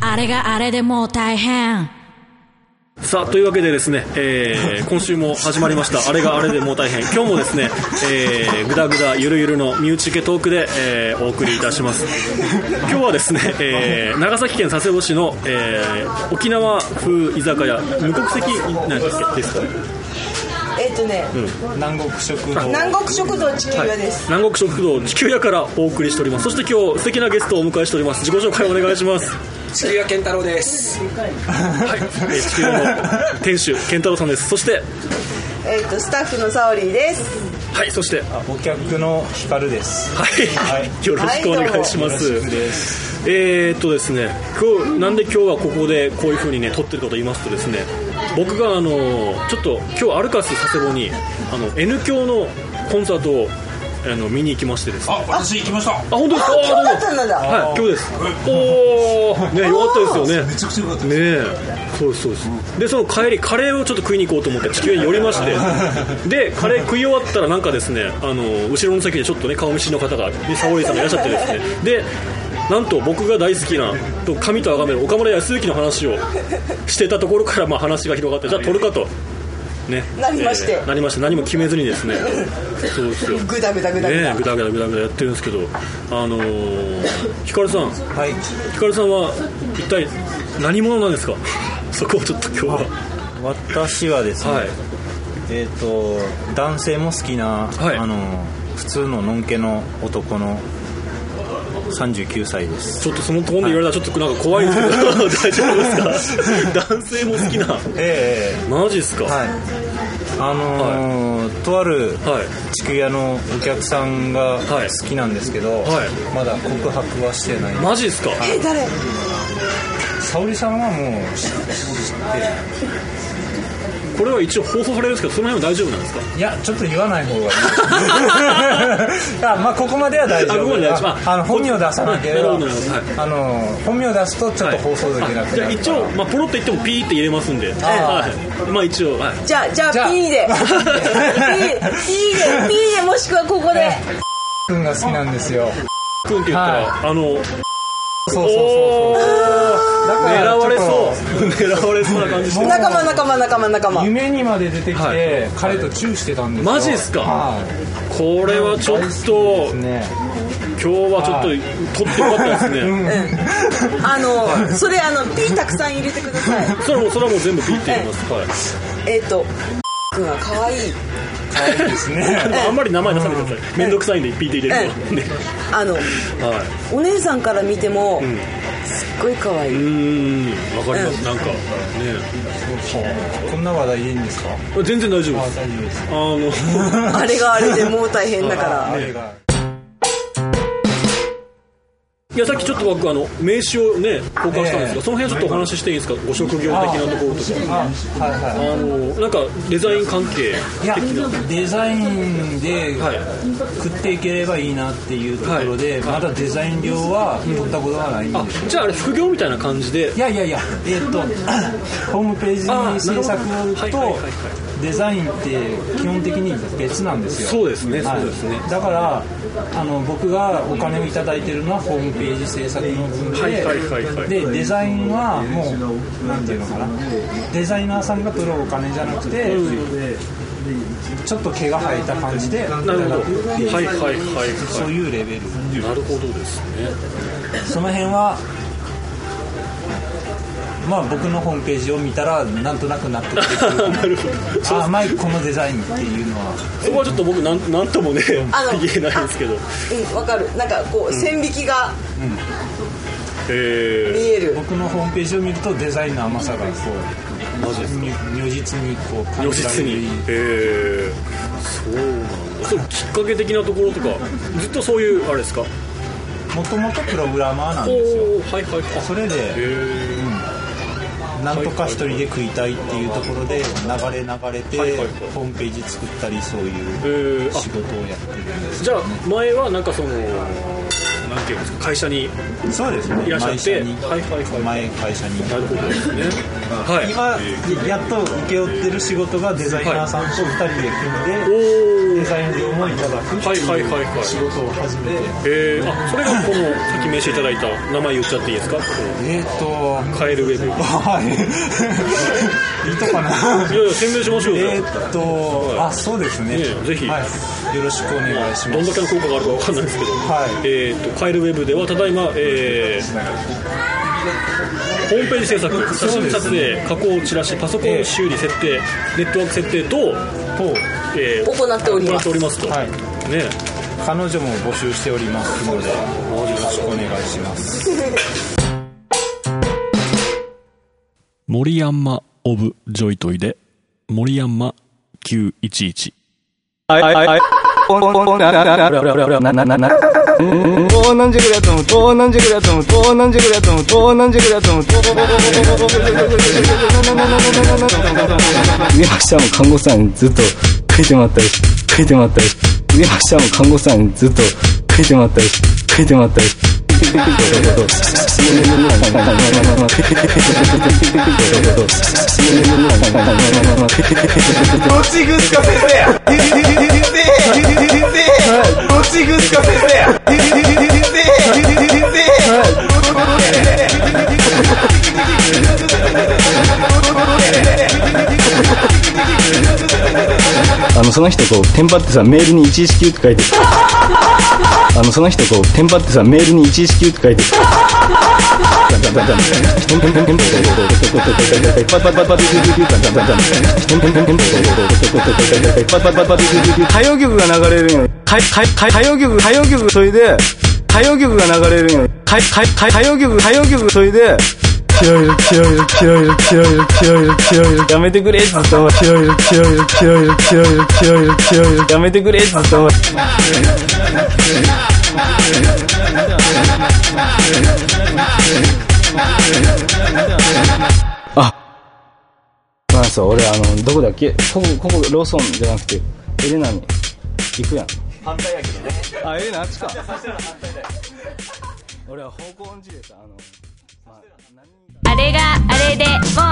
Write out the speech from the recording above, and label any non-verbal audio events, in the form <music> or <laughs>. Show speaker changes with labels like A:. A: あれがあれでもう大変
B: さあというわけでですね、えー今週も始まりました「あれがあれでもう大変」今日もですね、えー、ぐだぐだゆるゆるの身内受けトークで、えーお送りいたします今日はですね、えー長崎県佐世保市の、えー沖縄風居酒屋無国籍なんですかですかね
C: えっとね、
D: 南国食堂
C: 南国食堂地球屋です、
B: 南国食堂地球屋からお送りしておりますそして今日素敵なゲストをお迎えしております自己紹介お願いします
E: 地球屋健太郎です
B: はい、えー地球屋の店主健太郎さんですそして
C: えっとスタッフのサオリーです
B: はいそして
D: あお客の光です
B: はい、
D: はい
B: よろしくお願いします。
D: よろしくです
B: えー、っとですね、今日なんで今日はここでこういう風にね撮ってるかと言いますとですね、僕があのちょっと今日アルカス佐世保にあの N 響のコンサートをあの見に行きましてですね。
E: あ私行きました
B: あ本当ですか。
C: 今日だ
B: あ
C: ったん
B: ど
C: だ
B: うもはい、今日です。おー、ね、よかったですよね。
D: ちゃくちゃよかった
B: ねえそうですそうです、でその帰りカレーをちょっと食いに行こうと思って地球屋に寄りま
D: <laughs>
B: してでカレー食い終わったらなんかですねあの後ろの席でちょっとね顔見知りの方がね沙織さんがいらっしゃってですねでなんと僕が大好きなと神と崇める岡村康之の話をしてたところからまあ話が広がってじゃあ撮るかと。ね、
C: なりまして
B: えーなりまして何も決めずにですねそうですよ
C: グダグダグダグ
B: ね
C: ダ
B: ぐだぐだぐだぐだやってるんですけどあのー、ひかるさん
D: はい
B: ひかるさんは一体何者なんですかそこをちょっと今日は
D: 私はですね、
B: はい
D: えっ、と男性も好きな、
B: はい
D: あの普通ののんけの男の39歳です
B: ちょっとそのトーンで言われたらちょっとなんか怖いんですけど <laughs> 大丈夫ですか男性も好きな
D: ええ
B: マジっすか
D: はいあのーとある
B: はい
D: 地区屋のお客さんが
B: はい
D: 好きなんですけど、
B: はい
D: まだ告白はしてない、
B: マジっすか
C: え誰
D: 沙織さんはもう知っ
B: これは一応放送されるんですけどその辺は大丈夫なんですか
D: ていやちょっと言わない方がいい <laughs> あまあここまでは大丈
B: あここま
D: 夫
B: で大丈夫あ
D: あの本名を出さなければ、
B: はいなるほどなるほ
D: あの本名を出すとちょっと放送できなくなる
B: じゃあ一応、まあ、ポロって言ってもピーって入れますんで、はい、まあ一応、はい、
C: じゃあじゃあ
D: じゃあ
C: P で P で P でもしくはここで
D: 君が好きなんですよ
B: くんって言ったら、あの
D: そうそうそうそうだ
B: おー
D: から
B: 狙われ
D: ちょ
B: そう狙われそうな
D: <laughs>
B: 感じしてる
C: 仲間仲間仲間仲間
D: 夢にまで出てきて、
B: はい
D: 彼とチューしてたんですよ
B: マジっすか
D: はい
B: これはちょっと
D: ですね
B: 今日はちょっと撮ってよかったですね、
C: あのそれあの P たくさん入れてください
B: それはもうそれはもう全部ピッて言います、
C: えっと君は可愛い
D: 可愛いです
B: はい、 <laughs>
D: ね
B: あんまり名前出さないでください面倒くさいんでピッて入れると、ね
C: あの
B: はい
C: お姉さんから見て
B: ん
C: もすっごい可愛
B: う
C: い
B: ーんわかりま
C: う
B: すなんかね
D: こんな話題いいんですか
B: 全然大丈夫
D: あ
B: です
D: 大丈夫です
B: あの
C: あれがあれでもう大変だから
D: 彼が
B: いやさっきちょっと僕あの名刺をね交換したんですが、
D: ええ
B: その辺ちょっとお話ししていいですかご職業的なところとか
D: あはいはい
B: あのなんかデザイン関係
D: いやデザインで
B: はい
D: 食っていければいいなっていうところで、まだデザイン料は取ったことがないんですよ
B: あじゃああれ副業みたいな感じで
D: いや
B: <laughs>
D: いやいやえーっと <laughs> ホームページに制
B: あなるほ
D: 作
B: どはいはい
D: と
B: はいは
D: デザインって基本的に別なんですよ
B: そうですね
D: はい
B: そうですね
D: だからあの僕がお金を頂いただいてるのはホームページ制作の分で、
B: はいはいはいはい
D: でデザインはもうなんていうのかなデザイナーさんが取るお金じゃなくて、ちょっと毛が生えた感じでいただ
B: なるほど
D: くっていう
B: はいはいはい
D: そう
B: は
D: いうレベル
B: いなるほどです
D: <laughs>
B: ね
D: その辺はまあ僕のホームページを見たらなんとなく納得できる
B: なるほど <laughs>
D: あマイクこのデザインっていうのは
B: そこはちょっと僕なんなんともね言
C: あの
B: えないんですけど
C: うんわかるなんかこう線引きが見
B: え
C: える
D: 僕のホームページを見るとデザインの甘さがこう
B: マジですか
D: に如実にこ
B: え
D: う
B: 如
D: 感じら
B: 実
D: れる
B: にええそうなんだそうきっかけ的なところとかずっとそういうあれですか
D: もともとプログラマーな
B: お
D: んですよ
B: おはいはいあ
D: それで
B: え
D: なんとか一人で食いたいっていうところで流れ流れて
B: はいはい
D: ホームページ作ったりそう
B: へ
D: い
B: ー
D: う
B: あ
D: 仕事をやってるんです
B: じ
D: け
B: ゃ
D: ど
B: あ前はなんかそのなんていうんですか会社に
D: そうですね
B: いらっしゃって
D: 毎社に
B: はいはいはい
D: 前会社に
B: なるほどですねはい
D: 今やっと請け負ってる仕事がデザイナーさんと2人で組んで
B: お
D: デザイン業もいただくって
B: はいはいはい
D: い
B: はいう
D: 仕事を始めて
B: えー、あそれがこのさっき名刺いただいた名前言っちゃっていいですかこ
D: えっと
B: のカエルウェブいや
D: <laughs> はい。いいとかな。
B: いや宣伝しましょうよ
D: えーっと、あ、そうですね。
B: ねえぜひ
D: はい。よろしくお願いし
B: ど
D: ま
B: ん
D: す。
B: だけの効果があるかわかんないですけど、
D: はい
B: えー、とカエルウェブではただいま、えー、ホームページ制作写真撮影加工チラシパソコン修理設定ネットワーク設定と、
D: と、
B: えー、
C: 行っておりま
B: 行
C: す
B: っておりますと、
D: はい。
B: ね
D: 彼女も募集しておりますので、よろしくお願いします。
F: 森山オブジョイトイで森山911
G: あいあいあい。おんおんおんなななななななな。東南塾だと思う。東南塾だと思う。東南塾だと思う。東南塾だと思う。上橋さんも看護師さんにずっと書いてもらったりし、書いてもらったりし。上橋さんも看護師さんにずっと書いてもらったりし、書いてもらったりし。
H: ロチグスカ先生やディディディディディディディディディディディロチグスカ先生やディディディディディディディディディデ
G: <laughs> あの、その人こう、テンパってさ、メールに119って書いてる。あの、その人こう、テンパってさ、メールに119って書いてる。歌謡曲が流れるんよ。かかか歌謡曲、歌謡曲、それで、歌謡曲が流れるんよ。かかか歌謡曲、歌謡曲、それで、キロイル、キロイル、キロイル、キロイル、キロイル、キロイル、やめてくれ、ずっと。キロイル、キロイル、キロイル、キロイル、キロイル、キロイル、やめてくれ、ずっと。まあそう、俺、あの、どこだっけここ、ここ、ローソンじゃなくて、エレナに行くやん。反対やけどね。あ、エレナあっちか。俺は方向音痴でさ、あの、まあ、何
A: あれがあれでもう